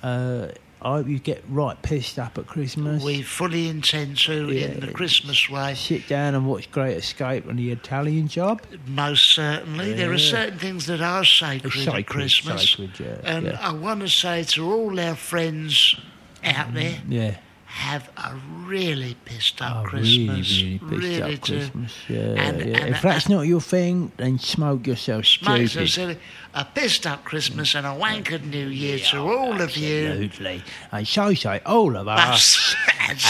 [SPEAKER 3] uh, I hope you get right pissed up at Christmas.
[SPEAKER 1] We fully intend to in the Christmas way.
[SPEAKER 3] Sit down and watch Great Escape and the Italian Job.
[SPEAKER 1] Most certainly. There are
[SPEAKER 3] Yeah. Oh,
[SPEAKER 1] certain things that are sacred,
[SPEAKER 3] Sacred,
[SPEAKER 1] at Christmas.
[SPEAKER 3] sacred, yeah,
[SPEAKER 1] and
[SPEAKER 3] yeah.
[SPEAKER 1] I want to say to all our friends out there,
[SPEAKER 3] Mm-hmm. Yeah,
[SPEAKER 1] have a really pissed up
[SPEAKER 3] Oh,
[SPEAKER 1] Christmas.
[SPEAKER 3] really, really pissed
[SPEAKER 1] Really
[SPEAKER 3] up
[SPEAKER 1] do.
[SPEAKER 3] Christmas. Yeah,
[SPEAKER 1] And-
[SPEAKER 3] yeah.
[SPEAKER 1] and-
[SPEAKER 3] if that's not your thing, then smoke yourself
[SPEAKER 1] Might as well
[SPEAKER 3] stupid.
[SPEAKER 1] say a pissed up Christmas and a wankered New Year to all of you.
[SPEAKER 3] Absolutely. And so say all of us.
[SPEAKER 1] Us. And so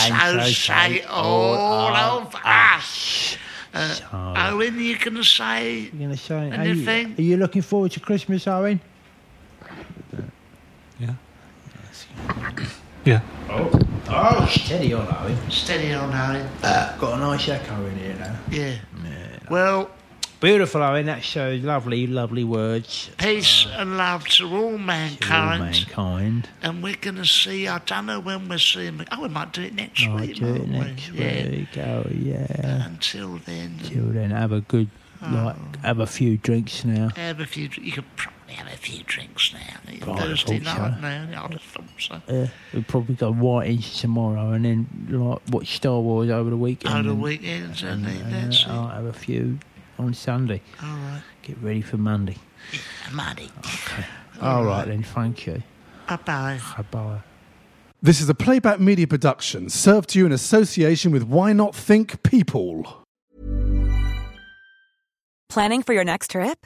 [SPEAKER 1] say all of us. Uh, Owen, you can say
[SPEAKER 3] You're gonna say are Oh. you,
[SPEAKER 1] Anything?
[SPEAKER 3] are you looking forward to Christmas, Owen?
[SPEAKER 2] Yeah. Yeah.
[SPEAKER 3] Oh, steady on, Owen.
[SPEAKER 1] steady on, Owen.
[SPEAKER 3] Got a nice echo in here now.
[SPEAKER 1] Yeah. Well,
[SPEAKER 3] Beautiful, Owen. That shows lovely, lovely words.
[SPEAKER 1] peace and love to all mankind.
[SPEAKER 3] All mankind.
[SPEAKER 1] And we're going to see, I don't know when we're seeing. Oh, we might do it next
[SPEAKER 3] Might
[SPEAKER 1] week.
[SPEAKER 3] do it
[SPEAKER 1] mightn't
[SPEAKER 3] next
[SPEAKER 1] we? Yeah.
[SPEAKER 3] week. Oh, yeah.
[SPEAKER 1] Until then,
[SPEAKER 3] Till then, have a good,
[SPEAKER 1] Oh.
[SPEAKER 3] like, have a few drinks now.
[SPEAKER 1] have a few. You could probably have a few drinks now. It's
[SPEAKER 3] Right, I
[SPEAKER 1] Thursday
[SPEAKER 3] thought
[SPEAKER 1] night
[SPEAKER 3] so.
[SPEAKER 1] now. I'd have thought so.
[SPEAKER 3] Yeah, we'll Uh, probably go right into tomorrow and then, like, watch Star Wars over the weekend.
[SPEAKER 1] Over the
[SPEAKER 3] and-
[SPEAKER 1] weekends, and
[SPEAKER 3] and,
[SPEAKER 1] then
[SPEAKER 3] uh,
[SPEAKER 1] that's it.
[SPEAKER 3] I'll have a few on Sunday.
[SPEAKER 1] All right.
[SPEAKER 3] Get ready for Monday.
[SPEAKER 1] Money.
[SPEAKER 3] All right then, thank you.
[SPEAKER 1] Bye bye.
[SPEAKER 3] Bye-bye.
[SPEAKER 6] This is a playback media production served to you in association with Why Not Think People.
[SPEAKER 7] Planning for your next trip?